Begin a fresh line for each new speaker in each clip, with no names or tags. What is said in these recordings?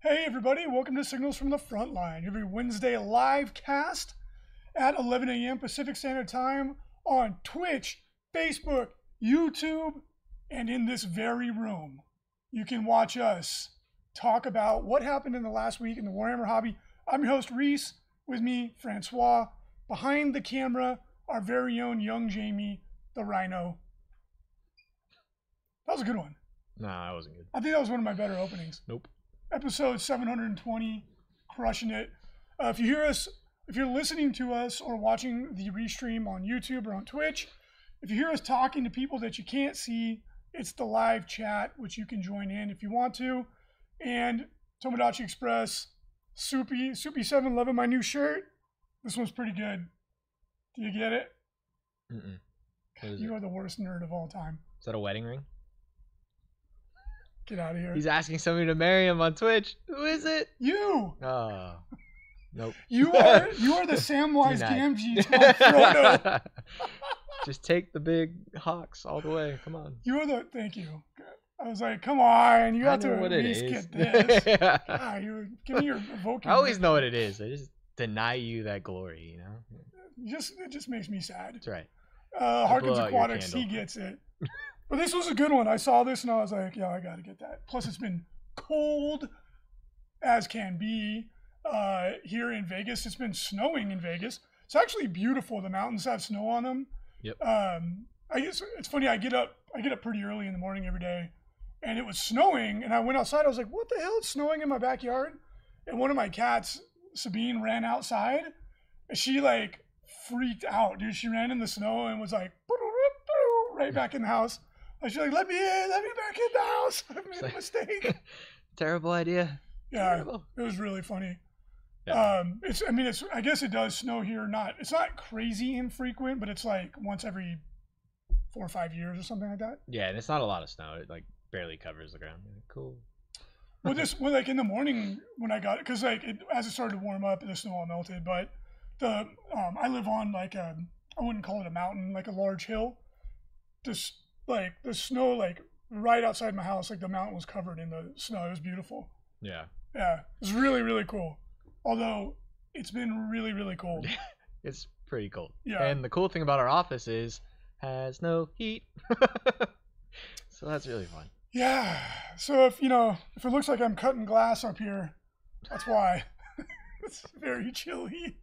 Hey, everybody, welcome to Signals from the Frontline, every Wednesday live cast at 11 a.m. Pacific Standard Time on Twitch, Facebook, YouTube, and in this very room. You can watch us talk about what happened in the last week in the Warhammer hobby. I'm your host, Reese, with me, Francois. Behind the camera, our very own young Jamie, the Rhino. That was a good one.
Nah, that wasn't good.
I think that was one of my better openings
Nope.
episode 720 crushing it uh, if you hear us if you're listening to us or watching the restream on youtube or on twitch if you hear us talking to people that you can't see it's the live chat which you can join in if you want to and tomodachi express soupy soupy 7 loving my new shirt this one's pretty good do you get it
Mm-mm. What is,
you
it?
are the worst nerd of all time
is that a wedding ring?
get out of here
He's asking somebody to marry him on Twitch. Who is it?
you
Oh. Nope.
you are you are the samwise
Denied.
gamgee of frodo
Just take the big hawks all the way. Come on.
You were the thank you. I was like, come on, you
I
have to
know
at
what it
least
is.
get this.
I
ah, you give me your vocal.
always know what it is. I just deny you that glory, you know?
Just it just makes me sad.
That's right.
Uh,
I
Harkins
blow out your
Aquatics, he
candle.
gets it. But this was a good one. I saw this and I was like, yeah, I gotta get that. Plus, it's been cold as can be uh, here in Vegas. It's been snowing in Vegas. It's actually beautiful. The mountains have snow on them.
Yep.
Um, I guess it's funny. I get up. I get up pretty early in the morning every day, and it was snowing. And I went outside. I was like, "What the hell? It's snowing in my backyard!" And one of my cats, Sabine, ran outside. And she like freaked out, dude. She ran in the snow and was like, right back in the house. And she's like, "Let me in! Let me back in the house! I made a mistake."
Terrible idea.
Yeah,
Terrible.
it was really funny.
Yeah.
Um, it's I mean it's I guess it does snow here. Not it's not crazy infrequent, but it's like once every four or five years or something like that.
Yeah, and it's not a lot of snow. It like barely covers the ground. Cool.
Well, this well like in the morning when I got it because like it, as it started to warm up, the snow all melted. But the um, I live on like a I wouldn't call it a mountain, like a large hill. Just like the snow, like right outside my house, like the mountain was covered in the snow. It was beautiful.
Yeah.
Yeah, it was really really cool. Although it's been really really cold.
It's pretty cool.
Yeah.
And the cool thing about our office is has no heat. so that's really fun.
Yeah. So if you know, if it looks like I'm cutting glass up here, that's why. it's very chilly.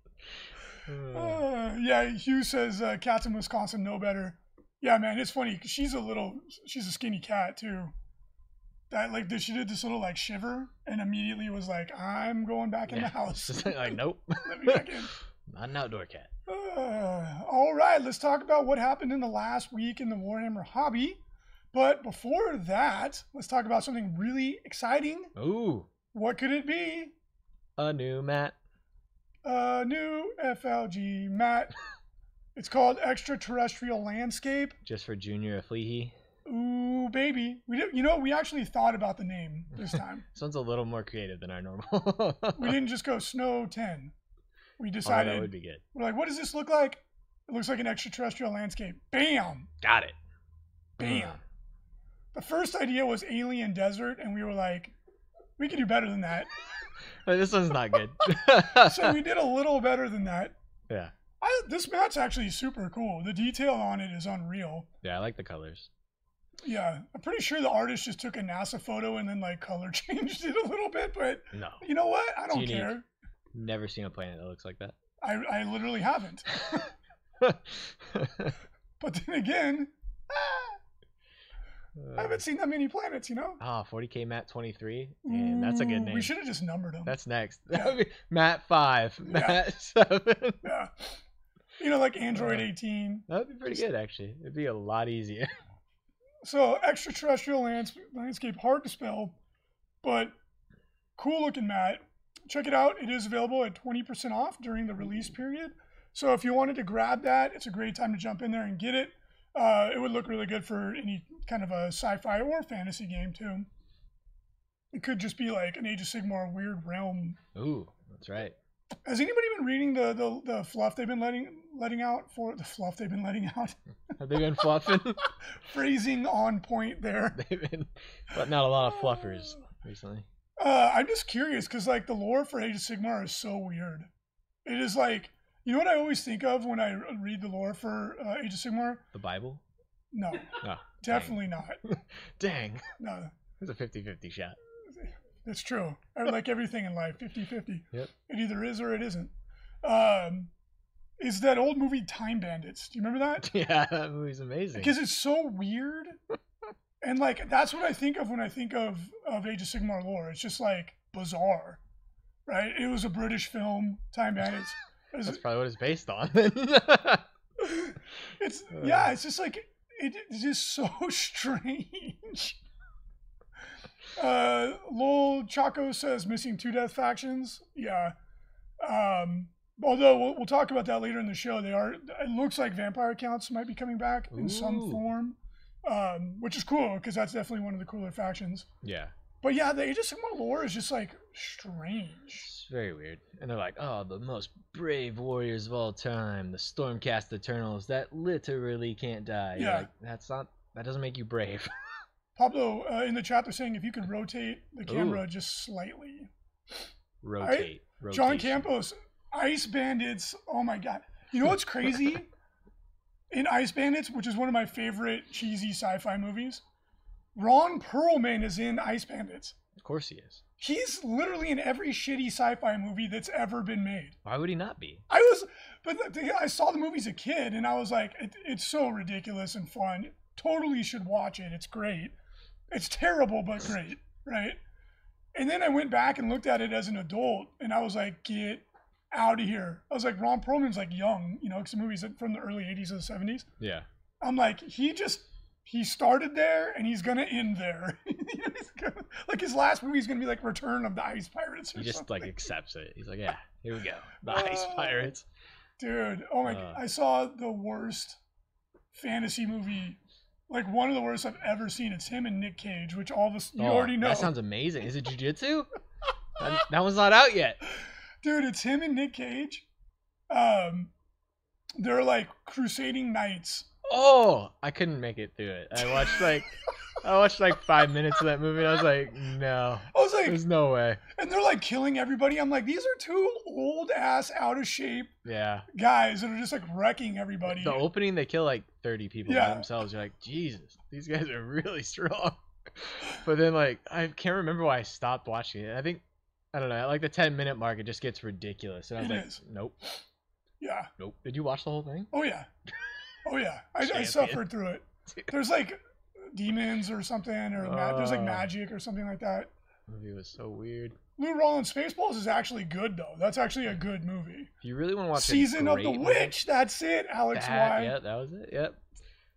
Uh,
Uh, yeah. Hugh says uh, cats in Wisconsin know better. Yeah, man. It's funny. 'cause She's a little. She's a skinny cat too. That like did she did this little like shiver and immediately was like, I'm going back in
yeah.
the house.
Just like nope.
Let me back in.
Not an outdoor cat.
Uh, all right, let's talk about what happened in the last week in the Warhammer hobby. But before that, let's talk about something really exciting
Ooh,
What could it be?
a new mat.
A new FLG mat. It's called Extraterrestrial Landscape.
Just for Junior Afleehee.
Ooh, baby. We did, you know, we actually thought about the name this time.
This one's a little more creative than our normal.
we didn't just go Snow 10. We
Although Oh, that
decided,
would be good.
we're like, what does this look like? It looks like an extraterrestrial landscape. Bam!
Got it.
Bam.
Uh,
The first idea was Alien Desert, and we were like, we could do better than that.
this one's not good.
so we did a little better than that.
yeah.
I, this mat's actually super cool. The detail on it is unreal.
Yeah, I like the colors.
Yeah, I'm pretty sure the artist just took a NASA photo and then like color changed it a little bit, but
No.
you know what? I
It's
don't
unique.
care.
Never seen a planet that looks like that.
I, I literally haven't. But then again, I haven't seen that many planets, you know?
Ah, 40k Matt 23. And that's a good
Ooh,
name.
Mm, We should have just numbered them.
That's next.
Yeah.
That'd be Matt five,
Yeah.
Matt seven.
yeah. You know, like Android
Uh.
18.
That'd be pretty good actually. It'd be a lot easier.
So, extraterrestrial lands- landscape, hard to spell, but cool looking mat. Check it out. It is available at 20% off during the release period. So, if you wanted to grab that, it's a great time to jump in there and get it. Uh, it would look really good for any kind of a sci fi or fantasy game, too. It could just be like an Age of Sigmar weird realm.
Ooh, that's right.
Has anybody been reading the, the, the fluff they've been letting letting out for the fluff they've been letting out?
Have they been fluffing?
Phrasing on point there.
They've been letting out a lot of fluffers recently.
Uh, I'm just curious because like the lore for Age of Sigmar is so weird. It is like you know what I always think of when I read the lore for uh, Age of Sigmar.
The Bible?
No,
Oh,
definitely not.
dang.
No,
It's a 50 50 shot.
That's true. I like everything in life, 50-50.
Yep.
It either is or it isn't. Um, is that old movie Time Bandits? Do you remember that?
Yeah, that movie's amazing.
Because it's so weird, and like that's what I think of when I think of of Age of Sigmar lore. It's just like bizarre, right? It was a British film, Time Bandits. It was-
That's probably what it's based on.
it's
Uh.
yeah, it's just like it, it's just so strange. Uh, Lol Chaco says missing two death factions. Yeah. Um, although we'll, we'll talk about that later in the show. They are. It looks like vampire counts might be coming back in some
Ooh.
form, um, which is cool because that's definitely one of the cooler factions.
yeah,
But yeah, the Age of Sigmar lore is just like strange.
it's very weird. And they're like, oh, the most brave warriors of all time, the Stormcast Eternals that literally can't die. You're
Yeah.
like, that's not. That doesn't make you brave.
Pablo uh, in the chat, they're saying if you could rotate the camera
Ooh.
just slightly,
Rotate.
John
rotation.
Campos, Ice Bandits. Oh my god! You know what's crazy? In Ice Bandits, which is one of my favorite cheesy sci-fi movies, Ron Perlman is in Ice Bandits.
Of course he is.
He's literally in every shitty sci-fi movie that's ever been made.
Why would he not be?
I was, but the thing- I saw the movie as a kid, and I was like, it, it's so ridiculous and fun. Totally should watch it. It's great. It's terrible, but great, right? And then I went back and looked at it as an adult, and I was like, get out of here. I was like, Ron Perlman's like young, you know, because the movie's from the early '80s or the '70s.
Yeah.
I'm like, he just he started there, and he's gonna end there. He's gonna- like his last movie's gonna be like Return of the Ice Pirates. Or
He just
something.
like accepts it. He's like, yeah, here we go. The Ice
Uh,
Pirates.
Dude, oh my!
Uh.
I saw the worst fantasy movie, like one of the worst I've ever seen. It's him and Nick Cage, which all of us you
Oh,
already know.
That sounds amazing. Is it jujitsu? that, that one's not out yet.
Dude, it's him and Nick Cage. Um, they're like crusading knights.
Oh, I couldn't make it through it. I watched like I watched like five minutes of that movie. And I was like, no,
I was like,
there's no way.
and they're like killing everybody. I'm like, these are two old ass, out of shape
Yeah,
guys that are just like wrecking everybody.
the opening they kill like 30 people
Yeah.
by themselves. You're like, Jesus, these guys are really strong. But then like I can't remember why I stopped watching it. I think I don't know. At like the 10 minute mark, it just gets ridiculous, and I was
It
like,
is.
nope,
Yeah.
nope. Did you watch the whole thing?
Oh yeah. Oh yeah. I, I
Champion.
suffered through it.
Dude.
There's like demons or something, or ma- there's like
Oh.
magic or something like that.
The movie was so weird.
Lou Rollins Spaceballs is actually good though. That's actually a good movie.
If you really want to watch a
Season of the
great
Witch.
movie-
That's it. Alex
That,
Why?
yeah, that was it. Yep.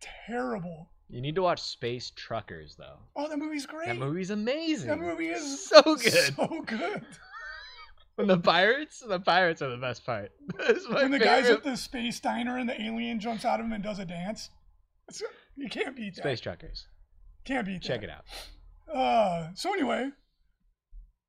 Terrible.
You need to watch Space Truckers though.
Oh, that movie's great.
That movie's amazing.
That movie is
so good.
So good.
And the pirates, the pirates are the best part. That's my
when the guy's
favorite.
at the space diner and the alien jumps out of him and does a dance. It's, you can't beat that.
Space Truckers.
Can't beat
Check
that.
it out.
Uh, so anyway,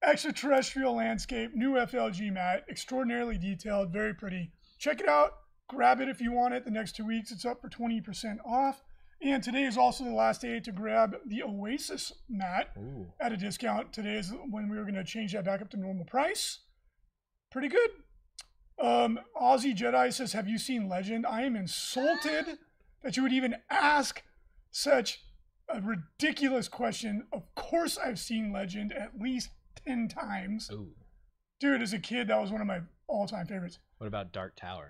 extraterrestrial landscape, new FLG mat, extraordinarily detailed, very pretty. Check it out. Grab it if you want it. The next two weeks, it's up for 20% off. And today is also the last day to grab the Oasis mat
Ooh.
at a discount. Today is when we were going to change that back up to normal price. Pretty good. Um, Aussie Jedi says, "Have you seen Legend? I am insulted that you would even ask such a ridiculous question. Of course, I've seen Legend at least ten times,
Ooh.
dude. As a kid, that was one of my all-time favorites.
What about Dark Tower?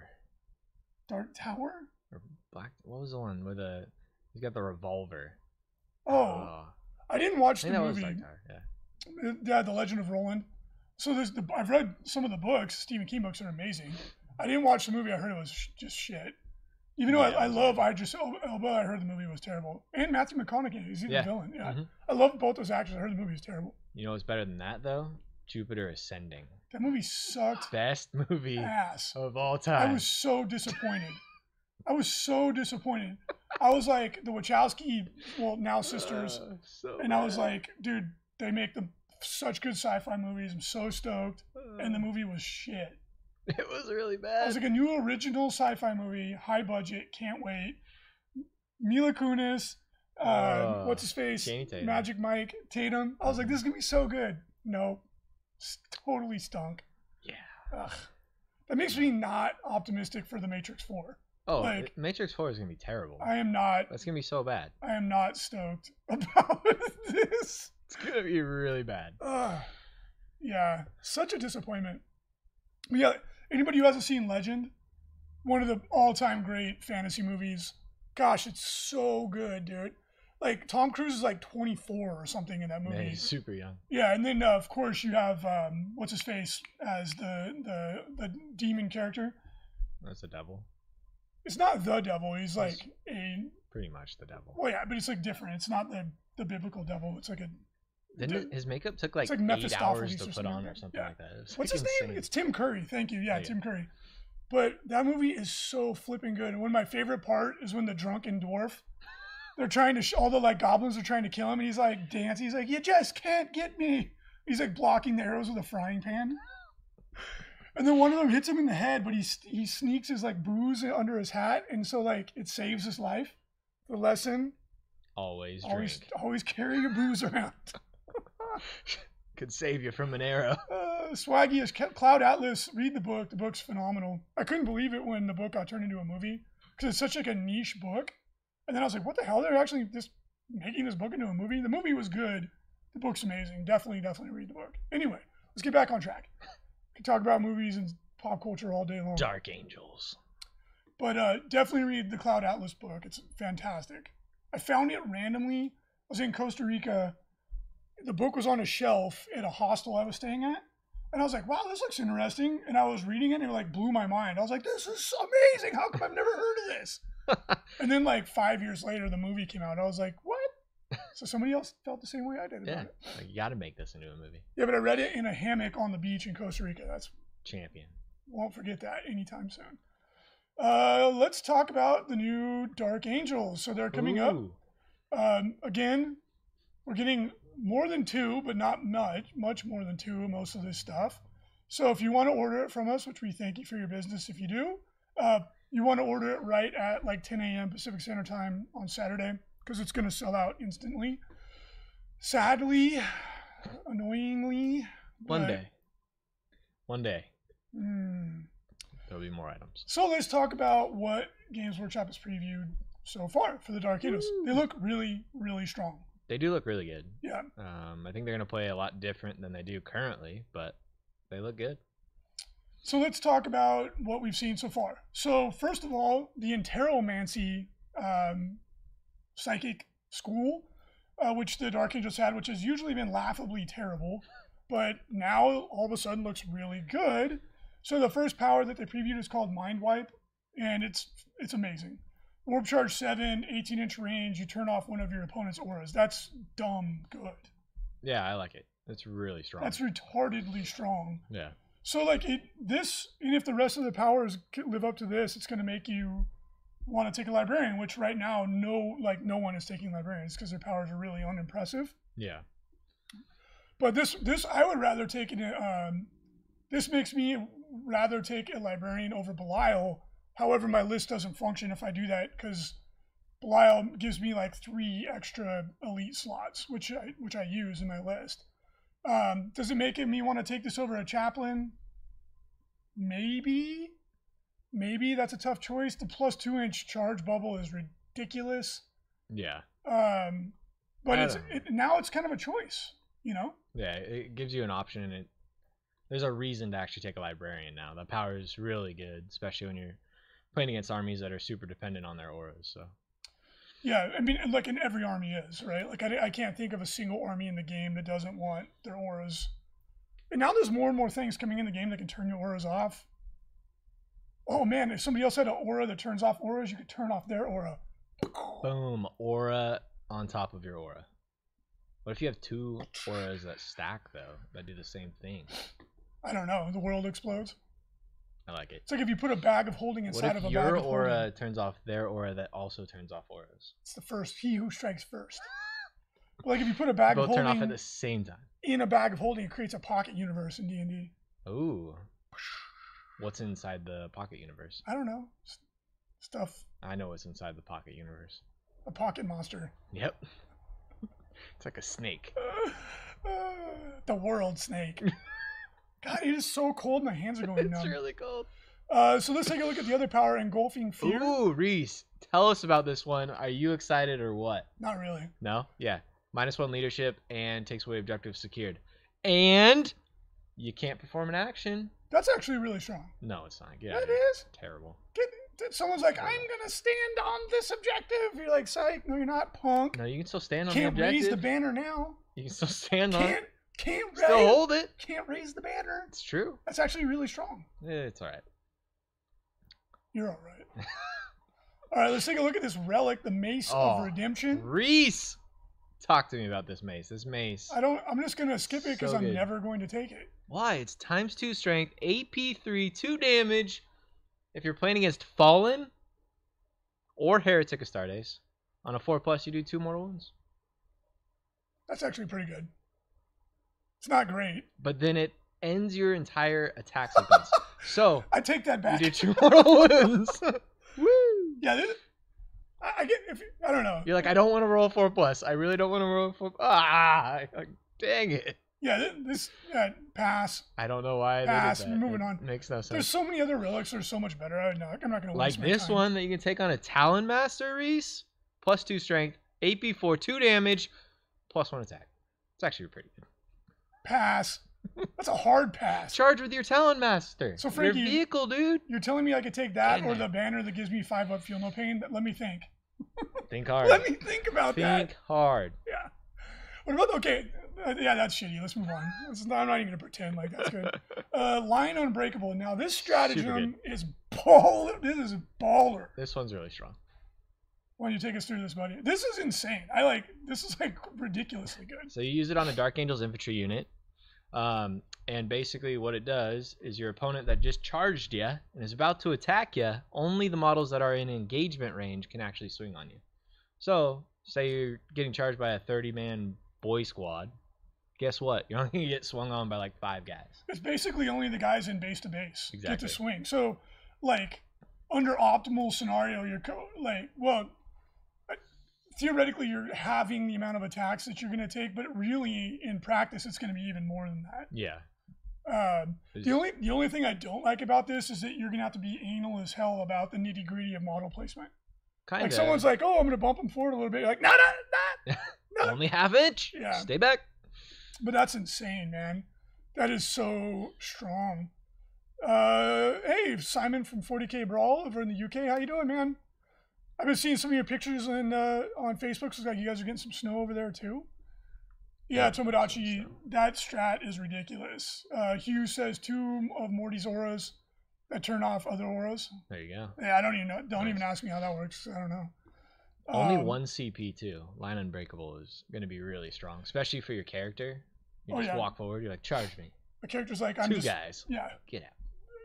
Dark Tower.
Or Black what was the one with the he's got the revolver.
Oh, I didn't
Uh, I
watch the
think that was
movie.
Dark Tower, yeah.
Yeah, The Legend of Roland. So there's the I've read some of the books. Stephen King books are amazing. I didn't watch the movie. I heard it was sh- just shit. Even though
Yeah,
I, I
it was
love I just Elba, I heard the movie was terrible. And Matthew McConaughey is
Yeah.
the villain. Yeah,
Mhm.
I love both those actors. I heard the movie was terrible.
You know what's better than that though? Jupiter Ascending.
That movie sucked
Best movie
ass.
of all time.
Ah. I was so disappointed. I was so disappointed. I was like the Wachowski, well now sisters,
Uh, so
and I was
bad.
like, dude, they make them such good sci-fi movies. I'm so stoked, and the
Uh,
movie was shit.
it was really
It
bad.
was like a new original sci-fi movie, high budget, can't wait. Mila Kunis, uh,
Uh,
what's his face,
Channing Tatum.
Magic Mike Tatum. I was like, this is gonna be so good. Nope. S- Totally stunk.
Yeah.
Ugh. That makes me not optimistic for The Matrix 4.
Oh,
Like-
Matrix Four is gonna be terrible.
I am not
That's gonna be so bad.
I am not stoked about this.
It's gonna be really bad.
Ugh. Yeah, such a disappointment. But yeah, anybody who hasn't seen Legend, one of the all-time great fantasy movies. Gosh, it's so good, dude. Like Tom Cruise is like 24 or something in that movie.
Yeah, he's super young.
Yeah, and then uh, of course you have um, what's his face as the the the demon character.
That's the devil.
It's not the devil. He's like a
Pretty much the devil.
well, yeah, but it's like different. It's not the the biblical devil. It's like a
Then
Dude.
his makeup took like,
like
eight
Mephistopheles
hours
or
to put
something
on
like
or
that.
something
Yeah.
like that. It was
What's his
freaking
name?
insane.
It's Tim Curry. Thank you. Yeah,
Yeah.
Tim Curry. But that movie is so flipping good. And one of my favorite part is when the drunken dwarf, they're trying to, sh- all the like goblins are trying to kill him, and he's like dancing. He's like, "You just can't get me." He's like blocking the arrows with a frying pan. And then one of them hits him in the head, but he s- he sneaks his like booze under his hat, and so like it saves his life. The lesson:
always drink.
always always carry your booze around.
Could save you from an arrow.
Uh, Swaggy is Ca- Cloud Atlas. Read the book. The book's phenomenal. I couldn't believe it when the book got turned into a movie because it's such like a niche book. And then I was like, what the hell? They're actually just making this book into a movie. The movie was good. The book's amazing. Definitely, definitely read the book. Anyway, let's get back on track. We can talk about movies and pop culture all day long.
Dark angels.
But uh, definitely read the Cloud Atlas book. It's fantastic. I found it randomly. I was in Costa Rica. The book was on a shelf at a hostel I was staying at. And I was like, wow, this looks interesting. And I was reading it and it like blew my mind. I was like, this is amazing. How come I've never heard of this? and then like five years later, the movie came out. I was like, what? So somebody else felt the same way I did about
Yeah,
it.
like, you got to make this into a movie.
Yeah, but I read it in a hammock on the beach in Costa Rica. That's
Champion.
won't forget that anytime soon. Uh, let's talk about the new Dark Angels. So they're coming
Ooh,
up um, again. We're getting more than two, but not much, much more than two. Most of this stuff. So if you want to order it from us, which we thank you for your business, if you do, uh, you want to order it right at like 10 a.m. Pacific Standard Time on Saturday because it's going to sell out instantly. Sadly, annoyingly,
One
but-
day. One day
Hmm.
there'll be more items.
So let's talk about what Games Workshop has previewed so far for the Dark Angels.
Woo.
They look really, really strong.
They do look really good.
Yeah.
Um, I think they're gonna play a lot different than they do currently, but they look good.
So let's talk about what we've seen so far. So first of all, the Interomancy um, psychic school, uh, which the Dark Angels had, which has usually been laughably terrible, but now all of a sudden looks really good. So the first power that they previewed is called Mind Wipe, and it's it's amazing. Warp charge 7, 18 inch range, you turn off one of your opponent's auras. That's dumb good.
Yeah, I like it. It's really strong.
That's retardedly strong.
yeah.
So like it, this, and if the rest of the powers c- live up to this, it's going to make you want to take a librarian. Which right now, no, like no one is taking librarians because their powers are really unimpressive.
Yeah.
But this, this I would rather take an. Um, this makes me rather take a librarian over Belial. However, my list doesn't function if I do that because Belial gives me like three extra elite slots, which I which I use in my list. Um, does it make me want to take this over a chaplain? Maybe, maybe that's a tough choice. The plus two inch charge bubble is ridiculous.
Yeah.
Um, but
I
it's
don't know.
it, now it's kind of a choice, you know.
Yeah. It gives you an option, and it there's a reason to actually take a librarian now. That power is really good, especially when you're playing against armies that are super dependent on their auras. So
Yeah, I mean, like in every army is right. Like I, I can't think of a single army in the game that doesn't want their auras. And now there's more and more things coming in the game that can turn your auras off. Oh man, if somebody else had an aura that turns off auras, you could turn off their aura.
boom, aura on top of your aura. What if you have two auras that stack though that do the same thing?
I don't know. The world explodes.
I like it.
It's like if you put a bag of holding
What
inside
if
of a bag
your
of holding.
aura turns off their aura that also turns off auras?
It's the first. He who strikes first. like if you put a bag of
Both turn off at
holding
the same time.
in a bag of holding, it creates a pocket universe in D and D.
Ooh. What's inside the pocket universe?
I don't know S- stuff.
I know what's inside the pocket universe.
A pocket monster.
Yep. It's like a snake.
Uh, the world snake. God, it is so cold. My hands are going
It's
numb.
really cold.
Uh, so let's take a look at the other power engulfing fear.
Ooh, Reese, tell us about this one. Are you excited or what?
Not really.
No? Yeah. Minus one leadership and takes away objective secured. And you can't perform an action.
That's actually really strong.
No, it's not. Get out of
That
here.
is.
Terrible.
Get, that someone's like, I'm gonna stand on this objective. You're like, psych. No, you're not, punk.
No, you can still stand on
Can't
the objective.
raise the banner now.
you can still stand on it.
Can't. Can't raise.
Still hold it.
Can't raise the banner.
It's true.
That's actually really strong.
It's all right.
You're all right. all right, let's take a look at this relic, the Mace
Oh,
of Redemption.
Reese, talk to me about this mace. This mace.
I don't. I'm just gonna skip it because
So
I'm
good.
never going to take it.
Why? It's times two strength, AP three, two damage. If you're playing against Fallen or Heretic of Stardace, on a four plus, you do two mortal wounds.
That's actually pretty good. It's not great.
But then it ends your entire attack sequence. so
I take that
you
back.
do two mortal wounds. Woo!
Yeah, this, I, I get. If you, I don't know.
You're like, I don't want to roll four plus. I really don't want to roll four. Ah, like, dang it.
Yeah, thi- this yeah, pass.
I don't know why. they did
Pass,
that.
we're Ah, moving
It
on.
Makes no sense.
There's so many other relics that are so much better. I'm not, I'm not gonna
like
waste my
this
time.
one that you can take on a Talon Master, Reese. Plus two strength, AP four, two damage, plus one attack. It's actually pretty good.
Pass. That's a hard pass.
Charge with your Talon Master.
So,
your
Frankie-
vehicle, dude.
You're telling me I could take that
Dang
or
it.
the banner that gives me five up, feel no pain. Let me think.
Think hard.
Let me think about that.
Think hard.
Yeah. What about okay? uh, yeah, that's shitty. Let's move on. This is not- I'm not even gonna pretend like that's good. Uh, Lion Unbreakable. Now this stratagem is baller. This is baller.
This one's really strong.
Why don't you take us through this, buddy? This is insane. I like this is like ridiculously good.
So you use it on a Dark Angel's infantry unit. Um, and basically, what it does is your opponent that just charged you and is about to attack you, only the models that are in engagement range can actually swing on you. So, say you're getting charged by a 30 man boy squad. Guess what? You're only going to get swung on by like five guys.
It's basically only the guys in base to base get to
Exactly.
swing. So like under optimal scenario, you're co- like well. I- Theoretically, you're having the amount of attacks that you're going to take, but really, in practice, it's going to be even more than that.
Yeah.
Um,
Is-
the only the only thing I don't like about this is that you're gonna have to be anal as hell about the nitty gritty of model placement.
Kind
Like
of.
someone's like, "Oh, I'm gonna bump him forward a little bit." You're like, "No, no, no!"
only half inch.
Yeah.
Stay back.
But that's insane, man. That is so strong. Uh, hey, Simon from 40K Brawl over in the UK. How you doing, man? I've been seeing some of your pictures in, uh, on Facebook. So it's like you guys are getting some snow over there too. Yeah,
Yeah,
Tomodachi,
so-
that strat is ridiculous. Uh, Hugh says two of Morty's auras that turn off other auras.
There you go.
Yeah, I don't even know. Don't
Nice.
even ask me how that works. I don't know.
Only
Um,
one CP too. Line unbreakable is going to be really strong, especially for your character. You
Oh,
just
yeah.
walk forward. You're like, charge me.
The character's like, I'm
Two
just.
guys.
Yeah,
Get out.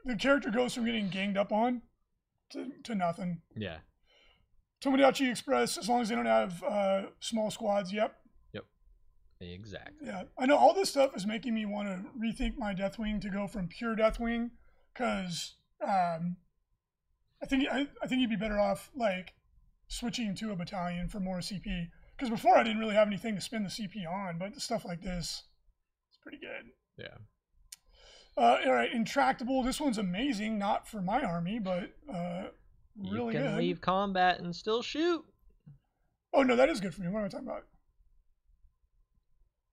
the character goes from getting ganged up on to, to nothing.
Yeah.
Tomodachi Express, as long as they don't have uh, small squads. Yep.
Exactly.
Yeah. I know all this stuff is making me want to rethink my Deathwing to go from pure Deathwing because um, I think I, I think you'd be better off like switching to a battalion for more CP. Because before I didn't really have anything to spend the CP on, but stuff like this, it's pretty good.
Yeah.
Uh, all right, intractable. This one's amazing, not for my army, but uh, really
you can
good.
leave combat and still shoot.
Oh no, that is good for me. What am I talking about?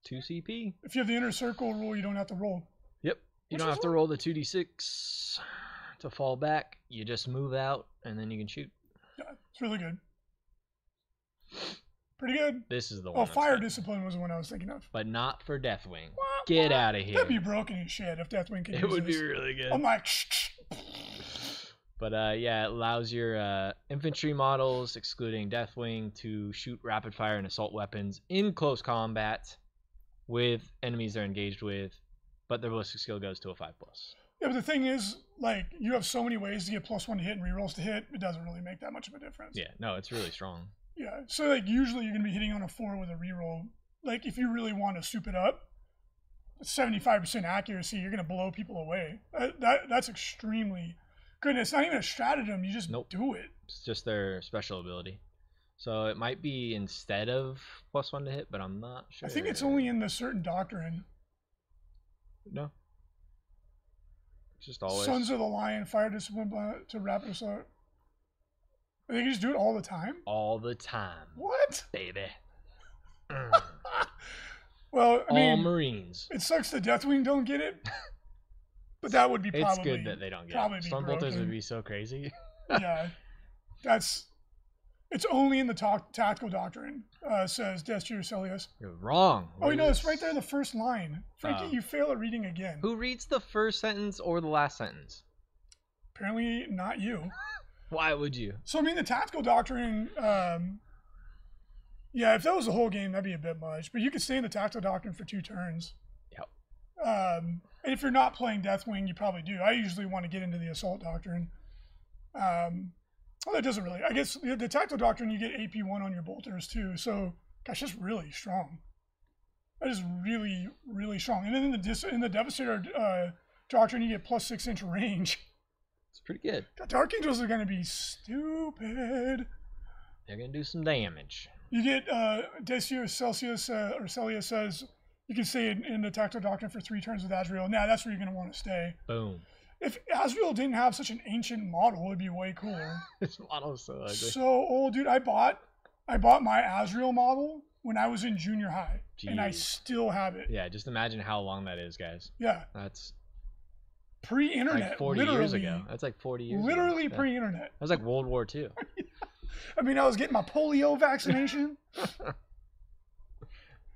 Two CP.
If you have the inner circle rule, you don't have to roll.
Yep. You
Which
don't
is
have to
what-
roll the two d six to fall back. You just move out and then you can shoot.
Yeah, it's really good. Pretty good.
This is the one.
Oh,
I'm
fire
thinking.
discipline was the one I was thinking of.
But not for Deathwing.
Wah,
Get
wah.
out of here.
That'd be Oh broken as shit if Deathwing could.
It
use
would be
this.
really good.
I'm like, shh, shh.
But uh, yeah, it allows your uh, infantry models, excluding Deathwing, to shoot rapid fire and assault weapons in close combat with enemies they're engaged with, but their ballistic skill goes to a five plus.
yeah. But the thing is, like, you have so many ways to get plus one to hit and rerolls to hit. It doesn't really make that much of a difference.
Yeah, no, it's really strong.
Yeah. So like usually you're gonna be hitting on a four with a reroll. Like if you really want to soup it up, seventy five percent accuracy, you're gonna blow people away. That, that that's extremely good. and It's not even a stratagem. You just
Nope.
do it.
It's just their special ability. So it might be instead of plus one to hit, but I'm not sure.
I think it's only in the certain doctrine.
No. It's just always.
Sons of the Lion, fire discipline bla- to rapid assault. They can just do it all the time.
all the time,
What?
baby. Mm.
Well, I
all
mean,
Marines.
it sucks the Deathwing don't get it, but that would be
It's
probably
good that they don't get
probably
it.
be
Stun bolters
broken.
would be so crazy.
yeah, that's. It's only in the talk, tactical doctrine, uh, says Destro Celius.
You're wrong.
Oh, you know, it's right
Lewis.
there in the first line. Frankie,
Oh.
you fail at reading again.
Who reads the first sentence or the last sentence?
Apparently, not you.
Why would you?
So, I mean, the tactical doctrine, um, yeah, if that was the whole game, that'd be a bit much. But you could stay in the tactical doctrine for two turns.
Yep.
Um, and if you're not playing Deathwing, you probably do. I usually want to get into the assault doctrine. Um, well, that doesn't really. I guess the, the tactical doctrine, you get AP1 on your bolters too. So, gosh, that's really strong. That is really, really strong. And then in the, dis- in the Devastator uh, doctrine, you get plus six inch range.
It's pretty good.
God, Dark Angels are going to be stupid.
They're gonna do some damage.
You get uh, Decius Celsius uh, or Celius says you can stay in, in the tactical doctrine for three turns with Azrael. Now that's where you're going to want to stay.
Boom.
If Azrael didn't have such an ancient model, it'd be way cooler.
This model's so ugly.
so old, dude. I bought I bought my Azrael model when I was in junior high, and I
Jeez.
still have it. Yeah,
yeah, just imagine how long that is, guys. That's
pre-internet,
like 40
literally,
years ago. That's like 40 years. ago.
literally
Yeah.
pre-internet.
That was like World War II.
I mean, I was getting my polio vaccination.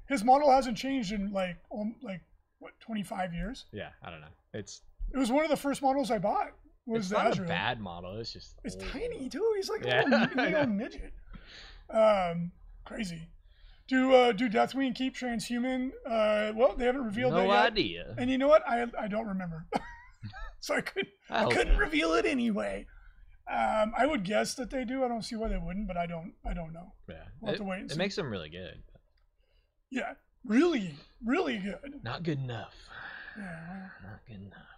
His model hasn't changed in like um, like what 25 years.
Yeah, I don't know. It's
It was one of the first models I bought. Was
it's
the
not
Azrael.
a bad model. It's just
It's
old.
tiny too. He's like
Yeah,
a little,
I
little midget. Um, crazy. Do uh, do Deathwing keep transhuman? Uh, well, they haven't revealed
No
that yet.
idea.
And you know what? I I don't remember, so I couldn't
I hope
couldn't
not.
reveal it anyway. Um, I would guess that they do. I don't see why they wouldn't, but I don't I don't know.
Yeah.
We'll have
It,
to wait and
it
see.
makes them really good. but
Yeah, really, really good.
Not good enough.
Yeah, well,
Not good enough.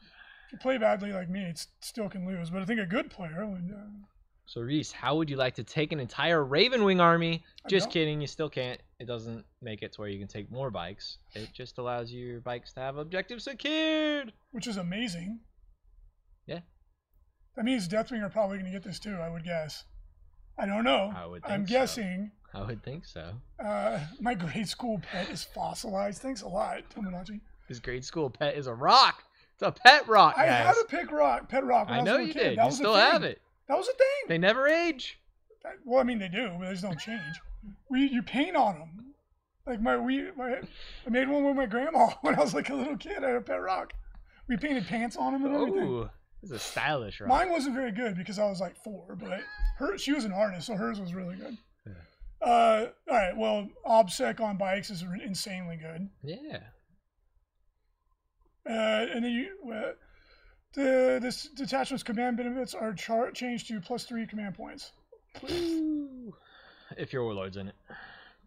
if you play badly like me, it still can lose. But I think a good player would. Uh,
So Reese, how would you like to take an entire Ravenwing army?
I
Just
don't.
kidding, you still can't. It doesn't make it to where you can take more bikes. It just allows your bikes to have objectives secured.
which is amazing.
Yeah.
That means Deathwing are probably going to get this too, I would guess. I don't know.
I would
I'm
think so.
guessing.
I would think so.
Uh, my grade school pet is fossilized. Thanks a lot, Tomonachi.
His grade school pet is a rock. It's a pet rock,
I
guys.
had a pick rock, pet rock. When
I
was a
know
little
you
kid.
did.
That
You
was a
still
thing.
have it.
That was a thing.
They never age.
That- well, I mean they do, but they just don't change. We you paint on them. Like my we my, I made one with my grandma when I was like a little kid. I had a pet rock. We painted pants on
Oh,
them and everything.
Ooh, this is a stylish rock.
Mine wasn't very good because I was like four, but her she was an artist, so hers was really good. Uh, all right. Well, OBSEC on bikes is insanely good.
yeah.
Uh, and then you, uh, the this detachment's command benefits are char- changed to plus three command points.
Woo. If your warlord's in it,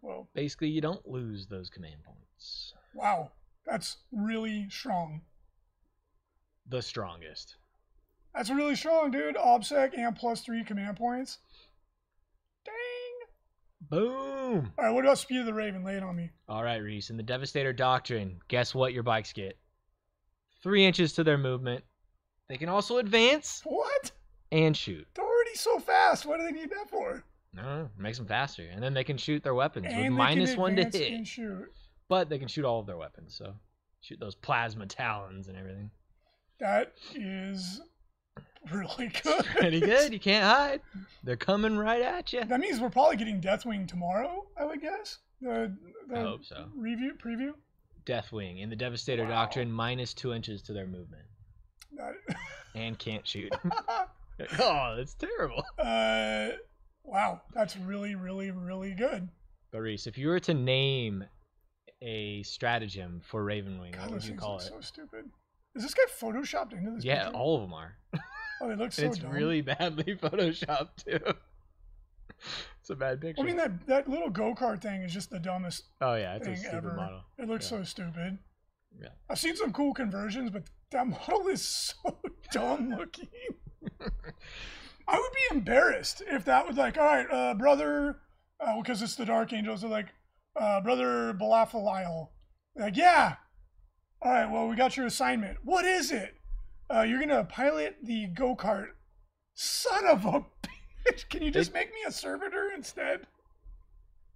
Well,
basically you don't lose those command points.
wow, that's really strong.
The strongest.
That's really strong, dude. OBSEC and plus three command points. Dang.
Boom.
All right. What about Speed of the Raven? Lay it on me.
All right, Reese. In the Devastator Doctrine, guess what your bikes get? Three inches to their movement. They can also advance
What?
and shoot.
They're already so fast. What do they need that for?
No, makes them faster. And then they can shoot their weapons
they
with
can
minus one to
advance
hit.
and shoot.
But they can shoot all of their weapons, so shoot those plasma talons and everything.
That is really good.
Pretty good. You can't hide. They're coming right at you.
That means we're probably getting Deathwing tomorrow, I would guess. The, the
I hope so.
Review preview.
Deathwing in the Devastator
Wow.
Doctrine, minus two inches to their movement,
That-
and can't shoot. oh, that's terrible.
uh, wow, that's really, really, really good.
But Reese, if you were to name a stratagem for Ravenwing,
God,
what would
those
you
things
call
look
it?
so stupid. Is this guy photoshopped into this?
yeah,
picture?
all of them are.
Oh, they look so
it's
dumb.
really badly photoshopped too. it's a bad picture.
I mean that that little go kart thing is just the dumbest.
oh yeah, it's a
thing
stupid
ever.
model.
It looks
Yeah.
so stupid.
Yeah.
I've seen some cool conversions, but that model is so dumb looking. I would be embarrassed if that was like, all right, uh, brother, uh, because it's the Dark Angels. They're like, uh, brother Balafalil. Like, yeah, All right, well, we got your assignment. What is it? Uh, you're going to pilot the go kart. Son of a bitch. Can you just
They-
make me a servitor instead?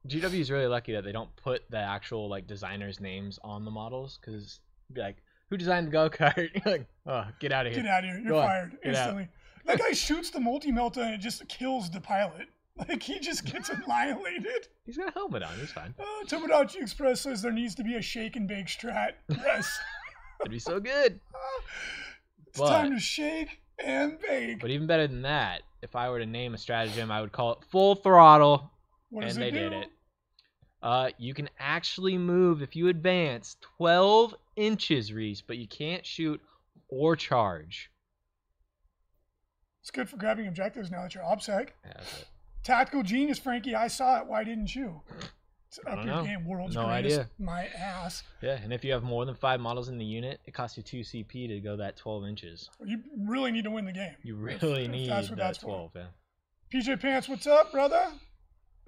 GW is really lucky that they don't put the actual like designers' names on the models because be like, who designed the go kart? like, oh, get out of here.
Get out of here. You're
Go on.
fired
Get out.
instantly. That guy shoots the multi melta and it just kills the pilot. Like, he just gets annihilated.
He's got a helmet on. He's fine.
Uh, Tomodachi Express says there needs to be a shake and bake strat. Yes.
It'd be so good.
it's
But-
time to shake and bake.
But even better than that, if I were to name a stratagem, I would call it full throttle,
What does
and they
do?
did it. Uh, you can actually move if you advance 12 inches, Reese, but you can't shoot or charge.
It's good for grabbing objectives now that you're OPSEC.
Yeah, that's it.
Tactical genius, Frankie. I saw it. Why didn't you? It's
I
up
don't
your
know.
game. World's
No
greatest.
idea.
My ass.
Yeah, and if you have more than five models in the unit, it costs you two CP to go that 12 inches.
You really need to win the game.
You
If-
really
if
need
that's what
that
that's for.
12. Yeah.
PJ Pants, what's up, brother?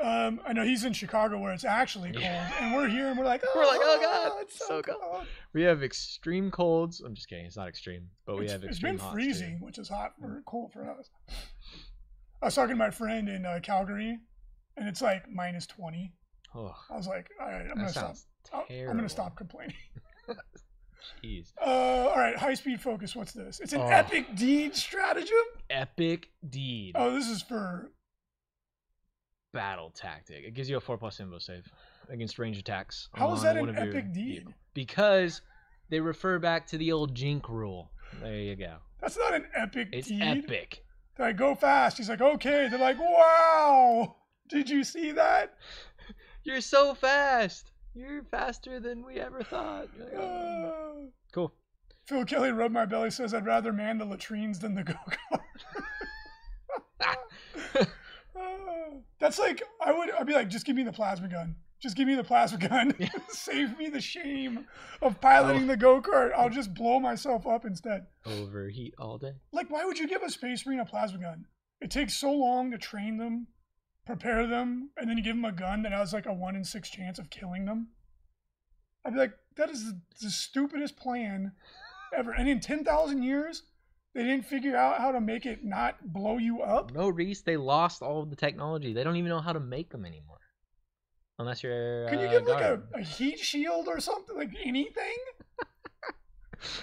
Um, I know he's in Chicago where it's actually cold,
Yeah.
and we're here and we're like, oh,
We're like, oh, God,
it's so,
so
cold.
cold." We have extreme colds. I'm just kidding. It's not extreme, but we
It's-
have
it's
extreme
been
hots, too.
freezing, which is hot or cold for us. I was talking to my friend in uh, Calgary, and it's like minus twenty.
Oh,
I was like, all right, I'm
that
gonna stop.
sounds
I'll-
terrible.
I'm gonna stop complaining.
Jeez.
Uh, all right, high speed focus. What's this? It's an
Oh.
epic deed stratagem.
Epic deed.
Oh, this is for
battle tactic. It gives you a four plus invo save against range attacks.
How is
on
that
one
an
of your
epic deed?
vehicle- Because they refer back to the old jink rule. There you go.
that's not an epic
It's
deed.
epic.
They're like, go fast. He's like, okay. They're like, wow. Did you see that?
You're so fast. You're faster than we ever thought. You're like, "Oh, no."
Uh,
cool.
Phil Kelly rubbed my belly. Says I'd rather man the latrines than the go kart. Uh, that's like I would. I'd be like, just give me the plasma gun. Just give me the plasma gun.
Yeah.
Save me the shame of piloting the go kart. I'll just blow myself up instead.
Overheat all day.
Like, why would you give a space marine a plasma gun? It takes so long to train them, prepare them, and then you give them a gun that has like a one in six chance of killing them. I'd be like, that is the, the stupidest plan ever. And in ten thousand years, they didn't figure out how to make it not blow you up.
No, Reese, they lost all of the technology. They don't even know how to make them anymore. Unless you're.
Can you
uh,
give like a,
guard.
a heat shield or something? Like anything?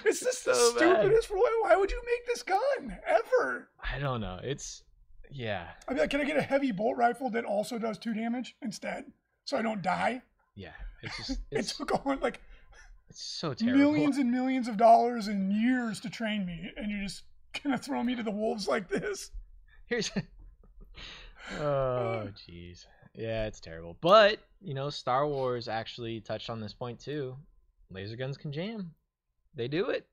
it's just the
So bad.
stupidest. Why, why would you make this gun ever?
I don't know. It's. Yeah.
I mean, like, can I get a heavy bolt rifle that also does two damage instead, so I don't die?
Yeah. It's just.
It
It's,
took on like
it's so terrible.
millions and millions of dollars and years to train me, and you're just gonna throw me to the wolves like this.
Here's. oh, jeez. Yeah, it's terrible. But you know, Star Wars actually touched on this point too. Laser guns can jam. They do it.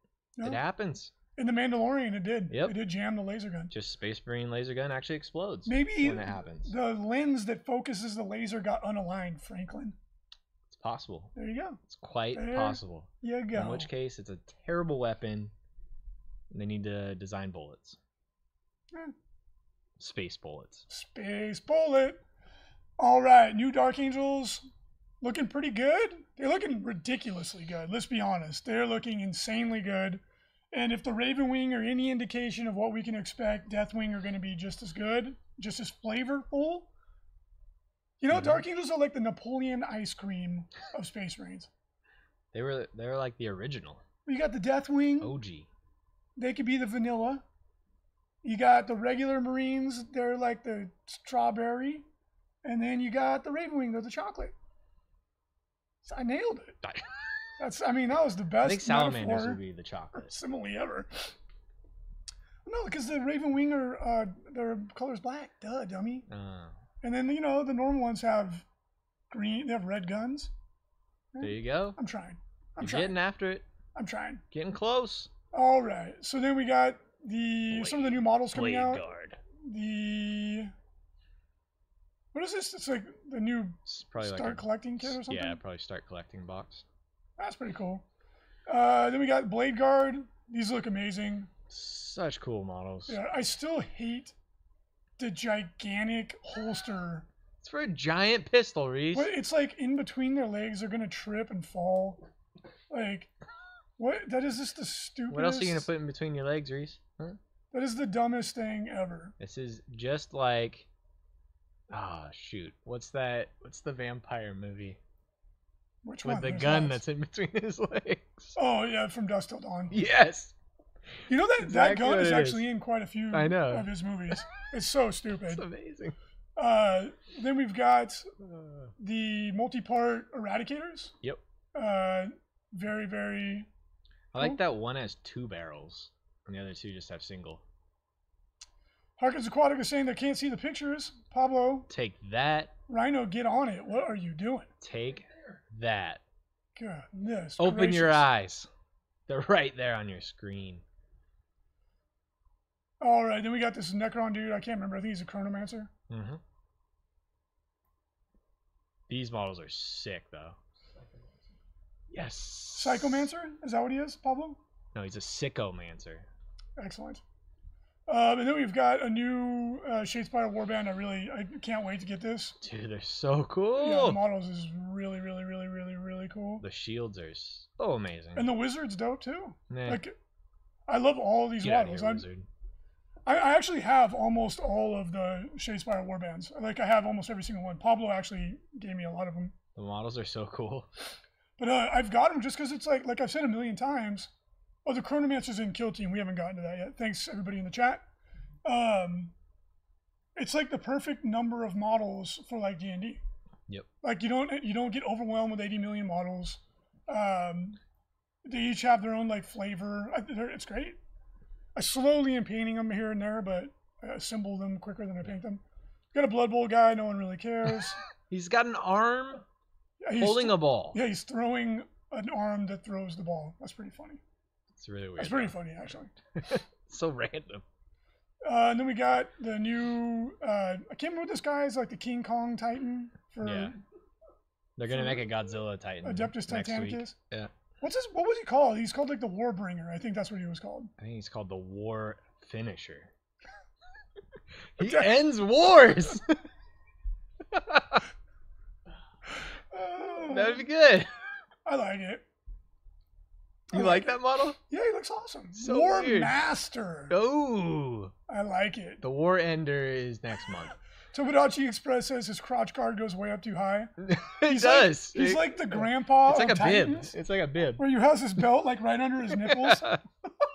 Yeah.
It happens.
In the Mandalorian, it did.
Yep.
It did jam the laser gun.
Just Space Marine laser gun actually explodes
Maybe
when it happens.
the lens that focuses the laser got unaligned, Franklin.
It's possible.
There you go.
It's quite
There
possible.
You go.
In which case, it's a terrible weapon. And they need to design bullets.
Hmm.
Space bullets.
Space bullet. All right, new Dark Angels looking pretty good. They're looking ridiculously good. Let's be honest. They're looking insanely good. And if the Raven Wing are any indication of what we can expect, Deathwing are going to be just as good, just as flavorful. You know,
Mhm.
Dark Angels are like the Napoleon ice cream of Space Marines.
They were they were like the original
You got the Deathwing.
OG.
they could be the vanilla. You got the regular Marines, they're like the strawberry, and then you got the Raven Wing, they're the chocolate. So I nailed it.
I-
That's I mean that was the best
I think salamanders
metaphor
would be the
or
chocolate.
simile ever. No, because the Raven Wing are uh, their color's black, duh, dummy.
Uh,
And then you know the normal ones have green, they have red guns.
there you go.
I'm trying, Hmm. I'm
You're
trying,
getting after it.
I'm trying.
Getting close.
All right, so then we got the some of the new models coming
Blade
out.
guard.
the what is this? It's like the new
It's probably
start
like a-
collecting kit or something.
Yeah, probably start collecting box.
that's pretty cool. Uh, then we got blade guard. These look amazing.
Such cool models.
Yeah, I still hate the gigantic holster.
It's for a giant pistol, Reese.
But it's like in between their legs, they're gonna trip and fall. Like What that is just the stupidest.
What else are you gonna put in between your legs, Reese? Huh?
That is the dumbest thing ever.
This is just like, ah, shoot. What's that? What's the vampire movie
Which
with
one?
the
There's
gun
lots.
that's in between his legs?
Oh yeah, from Dust Till Dawn.
Yes.
You know that
Exactly
that gun
what
is
it
actually in quite a few
I know.
of his movies. It's so
It's
stupid.
amazing.
Uh, then we've got
Uh,
the multi-part eradicators.
Yep.
Uh, very very.
I like that one has two barrels, and the other two just have single.
Harkins Aquatic is saying they can't see the pictures. Pablo,
Take that.
Rhino, get on it. What are you doing?
Take that.
Goodness.
Open your
gracious.
eyes. They're right there on your screen.
All right, then we got this Necron dude. I can't remember. I think he's a Chronomancer.
Mm-hmm. These models are sick, though. Yes.
Psychomancer? Is that what he is, Pablo?
No, he's a sickomancer.
Excellent. Um, and then we've got a new uh, Shadespire Warband. I really, I can't wait to get this.
Dude, they're so
Yeah,
cool.
the models is really, really, really, really, really cool.
the shields are so amazing.
And the wizard's dope too.
Nah,
Like, I love all these
get out of
models.
here,
I'm-
wizard.
I, I actually have almost all of the Shadespire Warbands. Like, I have almost every single one. Pablo actually gave me a lot of them.
The models are so cool.
But uh, I've got them just because it's like, like I've said a million times. Oh, the Chronomancer's in Kill Team. We haven't gotten to that yet. Thanks everybody in the chat. Um, it's like the perfect number of models for like D and D.
Yep.
Like you don't you don't get overwhelmed with eighty million models. Um, they each have their own like flavor. I, they're- it's great. I slowly am painting them here and there, but I assemble them quicker than I paint them. Got a Blood Bowl guy. No one really cares.
He's got an arm
He's-
holding a ball.
yeah, he's throwing an arm that throws the ball. That's pretty funny.
It's really weird.
That's pretty funny, actually.
so random.
Uh, and then we got the new. Uh, I can't remember what this guy is, like the King Kong Titan for
Yeah. They're gonna make a Godzilla Titan
Adeptus
next week.
Titanicus.
Yeah.
What's his? What was he called? He's called like the Warbringer. I think that's what he was called.
I think he's called the War Finisher. he
Okay.
ends wars.
Uh,
That'd be good.
I like it. I
You like that model?
Yeah, he looks awesome.
So
War
weird.
Master.
Oh,
I like it.
the War Ender is next month.
Tomodachi Express says his crotch guard goes way up too high.
he
He's like-
does.
He's
It-
like the grandpa.
it's like
of
a
Titans,
bib. It's like a bib.
Where he has his belt like right under his nipples.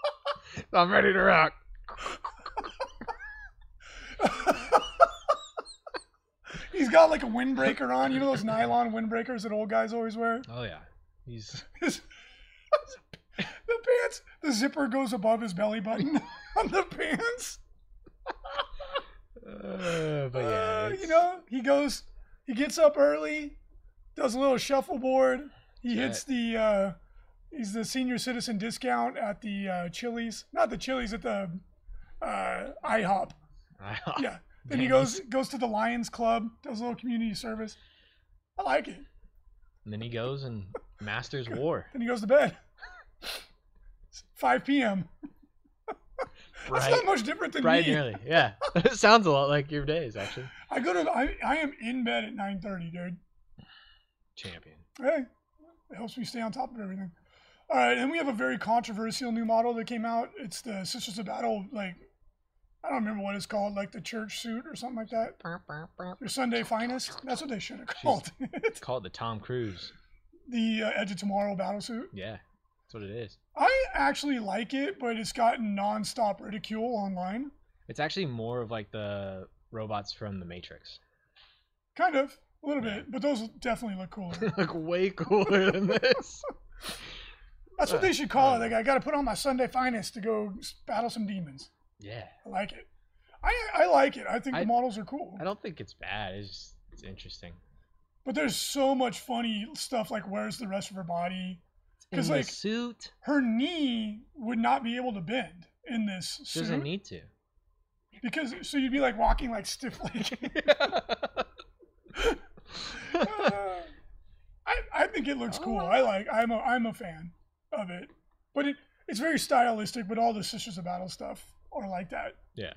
I'm ready to rock.
He's got like a windbreaker on. You know those nylon windbreakers that old guys always wear?
Oh yeah, he's
His, the pants, the zipper goes above his belly button on the pants.
uh, but yeah,
Uh, you
it's-
know, he goes, he gets up early, does a little shuffleboard. He
Yeah.
hits the, uh, he's the senior citizen discount at the uh, Chili's. Not the Chili's, at the uh, IHOP.
oh,
Yeah. Then he
Damn,
goes goes to the Lions Club, does a little community service. I like it.
And then he goes and masters war.
Then he goes to bed. 5 p.m. That's
Right,
not much different than
right,
me.
nearly. Yeah, it sounds a lot like your days actually.
I go to I, I am in bed at 9:30, dude.
Champion.
Hey, it helps me stay on top of everything. All right, and we have a very controversial new model that came out. It's the Sisters of Battle, like I don't remember what it's called, like the church suit or something like that. Your Sunday finest. That's what they should have called it.
Call it the Tom Cruise.
The uh, Edge of Tomorrow battle suit.
Yeah, that's what it is.
I actually like it, but it's gotten nonstop ridicule online.
It's actually more of like the robots from the Matrix.
Kind of, a little
Yeah.
bit, but those definitely look cooler.
Look way cooler than this.
That's what
Uh,
they should call it.
uh.
Like, I got to put on my Sunday finest to go s- battle some demons.
Yeah,
I like it. I, I like it. I think
I-
the models are cool.
I don't think it's bad. It's just it's interesting.
But there's so much funny stuff like, where's the rest of her body?
In
'Cause,
the
like,
suit
Her knee would not be able to bend in this
she doesn't
suit.
need to.
because, so you'd be like walking like stiffly. Uh, I, I think it looks cool. I like. I'm a I'm a fan of it, but it it's very stylistic. But all the Sisters of Battle stuff are like that.
yeah.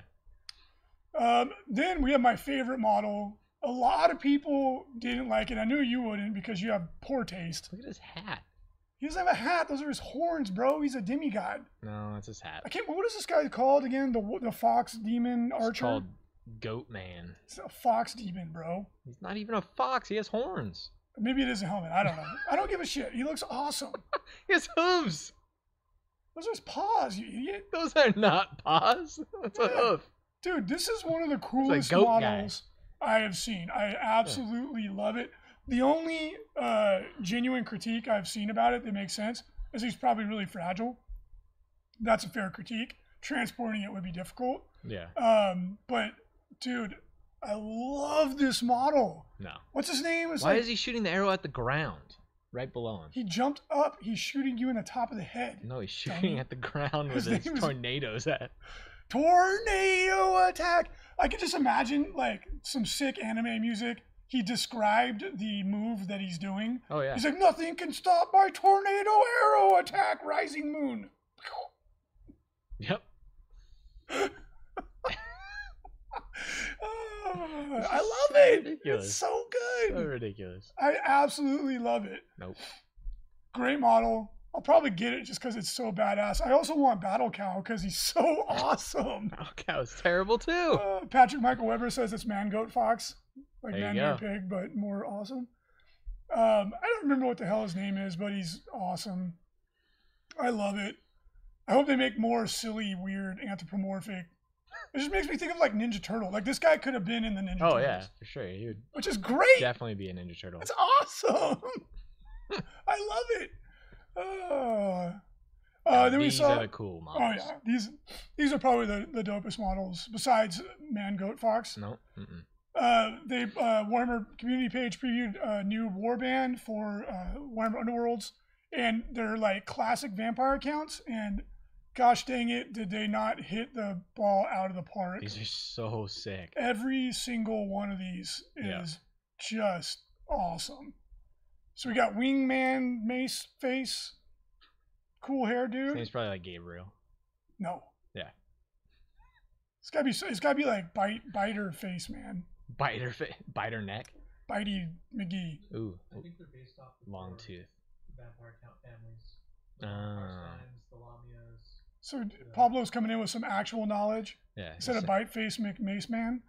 Um, then we have my favorite model. A lot of people didn't like it. I knew you wouldn't because you have poor taste.
Look at his hat.
He doesn't have a hat. Those are his horns, bro. He's a demigod.
No, that's his hat.
I can't. What is this guy called again? The the fox demon archer.
It's called Goat Man.
It's a fox demon, bro.
He's not even a fox. He has horns.
Maybe it is a helmet. I don't know. I don't give a shit. He looks awesome.
He has hooves.
Those are his paws, you idiot.
Those are not paws. That's a
Yeah.
hoof.
Dude, this is one of the coolest
goat guy.
models I have seen. I absolutely love it. The only uh, genuine critique I've seen about it that makes sense is he's probably really fragile. That's a fair critique. Transporting it would be difficult.
Yeah.
Um, but, dude, I love this model.
No.
What's his name? It's
Why
like-
is he shooting the arrow at the ground, right below him?
he jumped up. He's shooting you in the top of the head.
No, he's shooting
Dummy.
at the ground
His
with his
name is-
tornadoes at.
tornado attack. I could just imagine like some sick anime music. He described the move that he's doing.
Oh yeah.
He's like, nothing can stop my tornado arrow attack, rising moon.
Yep.
Ah,
This
I
is
love
so
it.
ridiculous.
It's so
So
good.
ridiculous.
I absolutely love it.
Nope.
Great model. I'll probably get it just because it's so badass. I also want Battle Cow because he's so awesome.
Oh, that was terrible too.
Uh, Patrick Michael Weber says it's man goat fox, like
There you
man goat pig, but more awesome. Um, I don't remember what the hell his name is, but he's awesome. I love it. I hope they make more silly, weird, anthropomorphic. It just makes me think of like Ninja Turtle. Like this guy could have been in the Ninja
Oh
Turtles,
yeah, for sure. He would
which is great.
definitely be a Ninja Turtle.
That's awesome. I love it. Uh, uh, then we
These
saw
are the cool
Oh
models.
yeah, these these are probably the, the dopest models besides Man Goat Fox.
No. Mm-mm.
Uh, they uh, Warhammer community page previewed a new warband for uh, Warhammer Underworlds, and they're like classic vampire accounts. And gosh dang it, did they not hit the ball out of the park?
These are so sick.
Every single one of these is
Yeah.
just awesome. So we got Wingman Mace Face, cool hair
His
dude.
name's probably like Gabriel.
No.
Yeah.
It's gotta be. It's gotta be like bite biter face man,
Biter fa- biter neck.
bitey McGee.
Ooh,
I think they're based off the
long
four
tooth.
vampire count families. The
Ah.
Arstines, the Lamias.
So Pablo's coming in with some actual knowledge
Yeah.
instead of
he's-
bite face McMace man.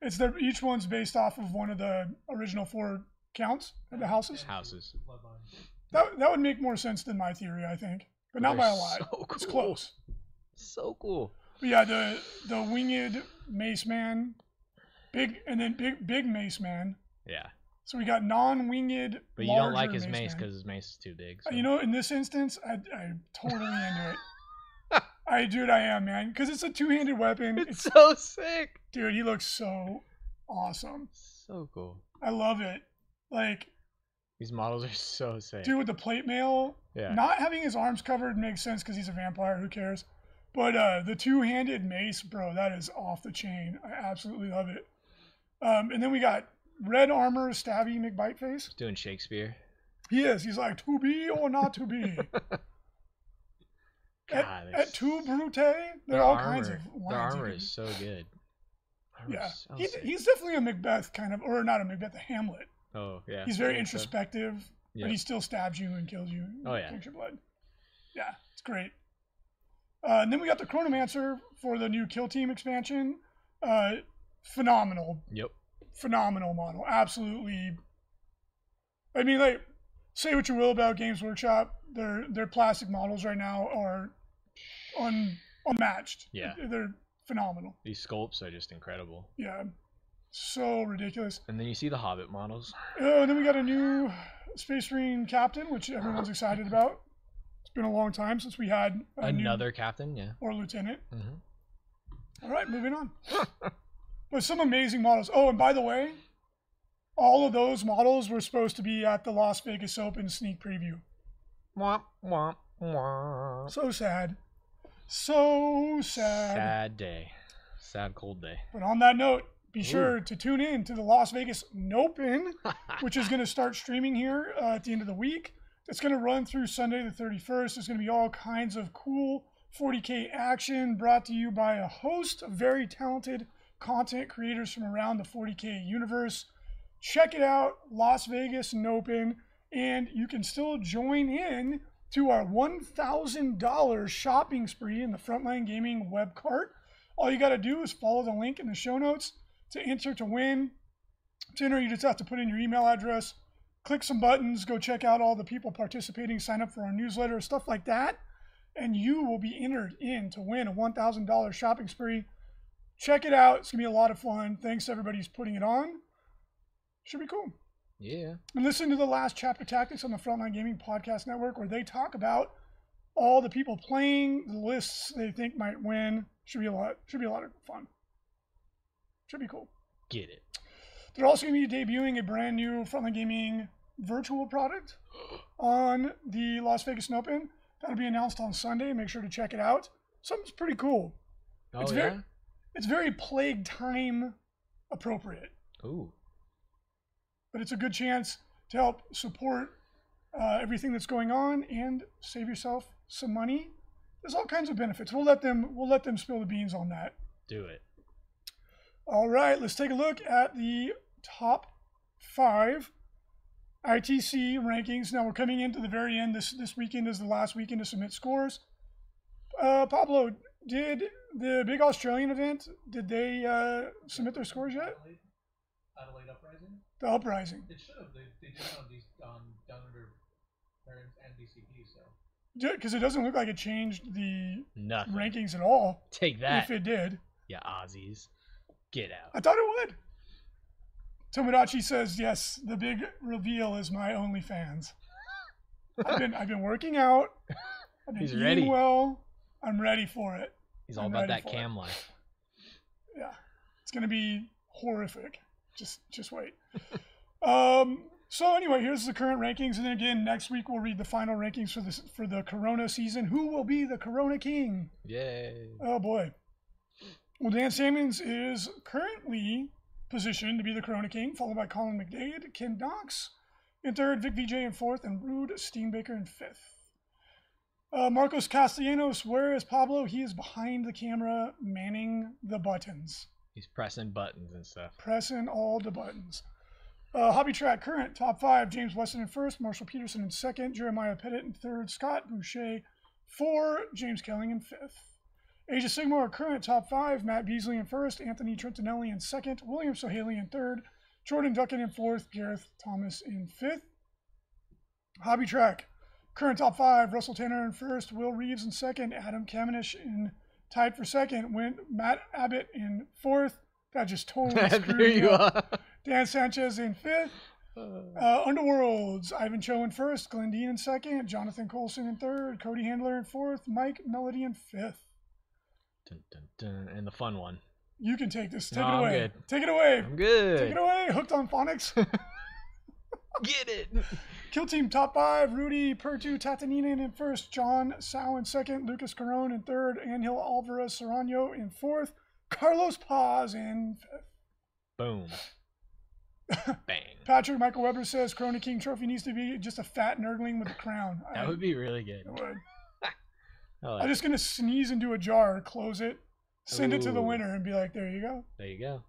It's their each one's based off of one of the original four counts of the houses.
Houses.
Bloodline.
That that would make more sense than my theory, I think, but not by a
They're
lot.
So cool.
It's close.
So cool.
But yeah, the the winged mace man, big and then big big mace man.
Yeah.
So we got non-winged.
But you don't like
larger
his mace
man.
because his mace is too big.
Uh,
So.
You know, in this instance, I, I'm totally into it. I, dude, I am, man, because it's a two-handed weapon.
it's
It's,
so sick.
dude, he looks so awesome.
So cool.
I love it. Like,
These models are so sick.
dude, with the plate mail,
yeah.
not having his arms covered makes sense because he's a vampire. Who cares? But uh, the two-handed mace, bro, that is off the chain. I absolutely love it. Um, and then we got red armor, stabby McBiteface.
Doing Shakespeare.
He is. He's like to be or not to be.
God,
at,
they're
at two brute, there
Their
are all
armor,
kinds of lines.
Their
you
armor
can-
is so good. Armor's
Yeah,
so
he's,
sick.
he's definitely a Macbeth kind of, or not a Macbeth, a Hamlet.
oh yeah.
he's very
I think so.
introspective,
Yeah.
but he still stabs you and kills you. and
Oh, yeah.
drinks your blood. Yeah, it's great. Uh, and then we got the Chronomancer for the new Kill Team expansion. Uh, phenomenal,
Yep.
phenomenal model. Absolutely. I mean, like, say what you will about Games Workshop, their their plastic models right now are un, unmatched.
Yeah.
they're phenomenal.
These sculpts are just incredible.
Yeah, so ridiculous.
And then you see the Hobbit models.
Oh, and then we got a new Space Marine captain, which everyone's excited about. It's been a long time since we had a new-
Another captain. Yeah.
or lieutenant.
hmm
All right, moving on. but some amazing models. Oh, and by the way, all of those models were supposed to be at the Las Vegas Open sneak preview.
Womp womp womp.
So sad. So sad.
Sad day. Sad cold day.
But on that note, be sure to tune in to the Las Vegas Open. which is going to start streaming here uh, at the end of the week. It's going to run through Sunday the 31st. There's going to be all kinds of cool 40K action brought to you by a host of very talented content creators from around the 40K universe. Check it out, Las Vegas and Open, and you can still join in to our $1,000 shopping spree in the Frontline Gaming web cart. All you got to do is follow the link in the show notes to enter to win. To enter, you just have to put in your email address, click some buttons, go check out all the people participating, sign up for our newsletter, stuff like that, and you will be entered in to win a $1,000 shopping spree. Check it out. It's going to be a lot of fun. Thanks, to everybody who's putting it on. Should be cool.
Yeah.
And listen to the last chapter tactics on the Frontline Gaming Podcast Network, where they talk about all the people playing, the lists they think might win. Should be a lot. Should be a lot of fun. Should be cool.
Get it.
They're also going to be debuting a brand new Frontline Gaming virtual product on the Las Vegas Open. That'll be announced on Sunday. Make sure to check it out. Something's pretty cool.
Oh
It's
yeah.
very- It's very plague time appropriate.
Ooh.
but it's a good chance to help support uh, everything that's going on and save yourself some money. There's all kinds of benefits. We'll let them we'll let them spill the beans on that.
Do it.
All right, let's take a look at the top five ITC rankings. Now we're coming into the very end. This this weekend is the last weekend to submit scores. Uh, Pablo, did the big Australian event? Did they uh, submit their scores yet?
Adelaide, Adelaide Uprising?
The uprising.
It should have. They, they did it on, these, on Down Under Parents and DCP, so.
Because it doesn't look like it changed the
Nothing.
rankings at all.
Take that.
If it did,
Yeah, Aussies. Get out.
I thought it would. Tomodachi says, "Yes, the big reveal is my OnlyFans. I've been I've been working out. I've been
He's
eating
ready.
well. I'm ready for it.
He's all
I'm
about
ready
that
for it.
cam life.
Yeah, it's gonna be horrific. Just just wait. um. So anyway, here's the current rankings, and then again next week we'll read the final rankings for this for the Corona season. Who will be the Corona King?
Yay.
Oh boy. Well, Dan Sammons is currently positioned to be the Corona King, followed by Colin McDade, Ken Knox in third, Vic VJ in fourth, and Rude Steenbaker in fifth. Uh, Marcos Castellanos, where is Pablo? He is behind the camera, manning the buttons,
He's pressing buttons and stuff.
pressing all the buttons. Uh, Hobby Track current top five: James Weston in first, Marshall Peterson in second, Jeremiah Pettit in third, Scott Boucher four, James Kelling in fifth. Age of Sigmar current top five: Matt Beasley in first, Anthony Trentinelli in second, William Sohaley in third, Jordan Duncan in fourth, Gareth Thomas in fifth. Hobby Track current top five: Russell Tanner in first, Will Reeves in second, Adam Kamenish in tied for second, went Matt Abbott in fourth. That just totally screwed
there
me
you
up.
are.
Dan Sanchez in fifth.
Uh,
Uh, Underworlds, Ivan Cho in first, Glenn Dean in second, Jonathan Colson in third, Cody Handler in fourth, Mike Melody in fifth.
dun, dun, dun. And the fun one.
You can take this. Take
No,
it
I'm
away.
good.
Take it away.
I'm
Take
good.
it away. Hooked on phonics.
Get it.
Kill team top five. Rudy Pertu Tataninen in first, John Sow in second, Lucas Carone in third, Angel Alvarez Serrano in fourth, Carlos Paz in fifth.
Boom. Bang.
Patrick Michael Weber says Corona King Trophy needs to be just a fat nerdling with a crown. I-
That would be really good.
it would.
I like
I'm just gonna sneeze into a jar, close it, send it to the
Ooh.
winner, and be like, "There you go."
There you go.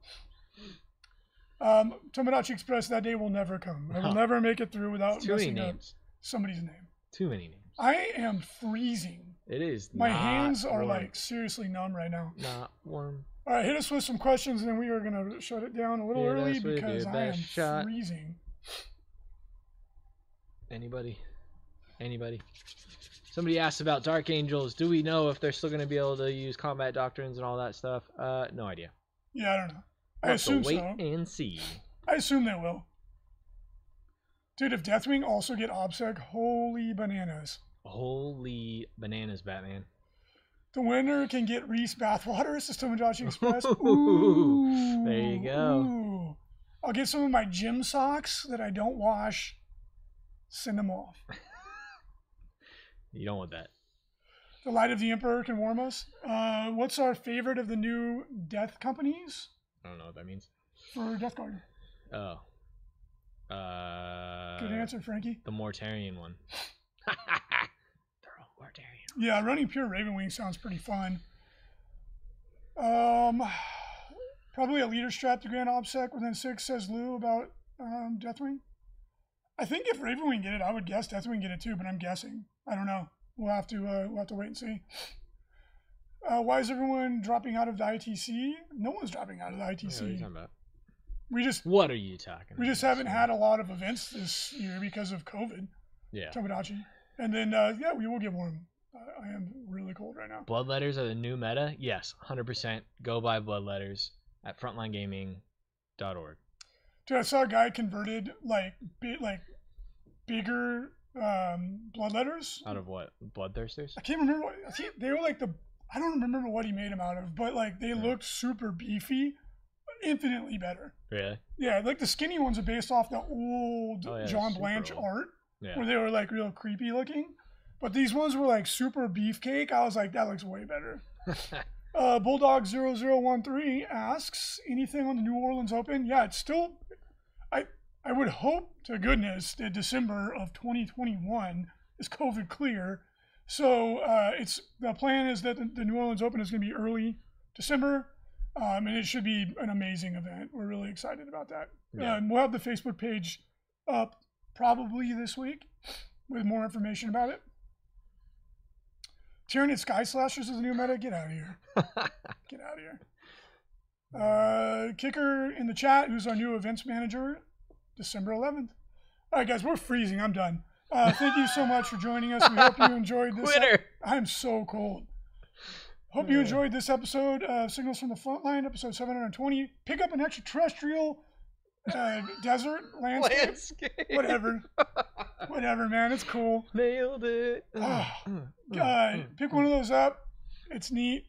Um, Tomodachi Express. That day will never come. I will
No.
never make it through without
Too many
Oh, messing up
names.
somebody's name.
Too many names.
I am freezing.
It is.
My
not
hands are
warm.
like seriously numb right now.
not warm.
All right, hit us with some questions, and then we are gonna shut it down a little
Yeah,
early
that's what we do.
because I am
Best shot.
freezing.
Anybody? Anybody? Somebody asked about Dark Angels. Do we know if they're still going to be able to use combat doctrines and all that stuff? Uh, no idea.
Yeah, I don't know. I
We'll have to
assume
wait
so.
and see.
I assume they will. Dude, if Deathwing also get OBSEC, holy bananas.
Holy bananas, Batman!
The winner can get Reese bathwater. It's the Tomodachi Express.
Ooh, there you
Ooh,
go.
ooh. I'll get some of my gym socks that I don't wash. Send them off.
You don't want that.
The light of the emperor can warm us. Uh, what's our favorite of the new death companies
I don't know what that means.
for Death Guard?
Oh. Uh.
Good answer, Frankie.
The Mortarian one. They're all Mortarian.
Yeah, running pure Ravenwing sounds pretty fun. Um, probably a leader strat to Grand OBSEC within six, says Lou about um, Deathwing. I think if Ravenwing get it, I would guess Deathwing get it too, but I'm guessing. I don't know. We'll have to uh, we'll have to wait and see. Uh, why is everyone dropping out of the ITC? No one's dropping out of the
Yeah, What are you
ITC.
talking about?
We just
What are you talking
we
about?
just haven't had a lot of events this year because of COVID.
Yeah.
Tomodachi, and then uh, yeah, we will get warm. I, I am really cold right now.
Bloodletters are the new meta? Yes, 100%. Go buy Bloodletters at frontlinegaming.org.
Dude, I saw a guy converted like bi- like bigger um, blood letters.
Out of what? Bloodthirsters?
I can't remember what I think they were like the I don't remember what he made them out of, but like they
Yeah.
looked super beefy, infinitely better.
Really?
Yeah, like the skinny ones are based off the old
Oh, yeah,
John
super
Blanche
old.
art, where
Yeah.
they were like real creepy looking. But these ones were like super beefcake. I was like, that looks way better. Uh, Bulldog0013 asks, anything on the New Orleans Open? Yeah, it's still, I, I would hope to goodness that December of 2021 is COVID clear. So uh, it's the plan is that the, the New Orleans Open is going to be early December, um, and it should be an amazing event. We're really excited about that.
Yeah.
Um, we'll have the Facebook page up probably this week with more information about it. Tyranid Sky Slashers is a new meta. Get out of here. Get out of here. Uh, kicker in the chat, who's our new events manager, December 11th. All right, guys, we're freezing. I'm done. Uh, thank you so much for joining us. We hope you enjoyed this.
Quitter!
I'm so cold. Hope you enjoyed this episode of Signals from the Frontline, episode 720. Pick up an extraterrestrial uh, desert landscape.
Landscape!
Whatever. Whatever, man. It's cool.
Nailed it!
Ah,
Mm, mm,
Uh,
mm,
pick
mm.
one of those up. It's neat.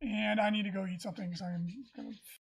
And I need to go eat something because I'm going to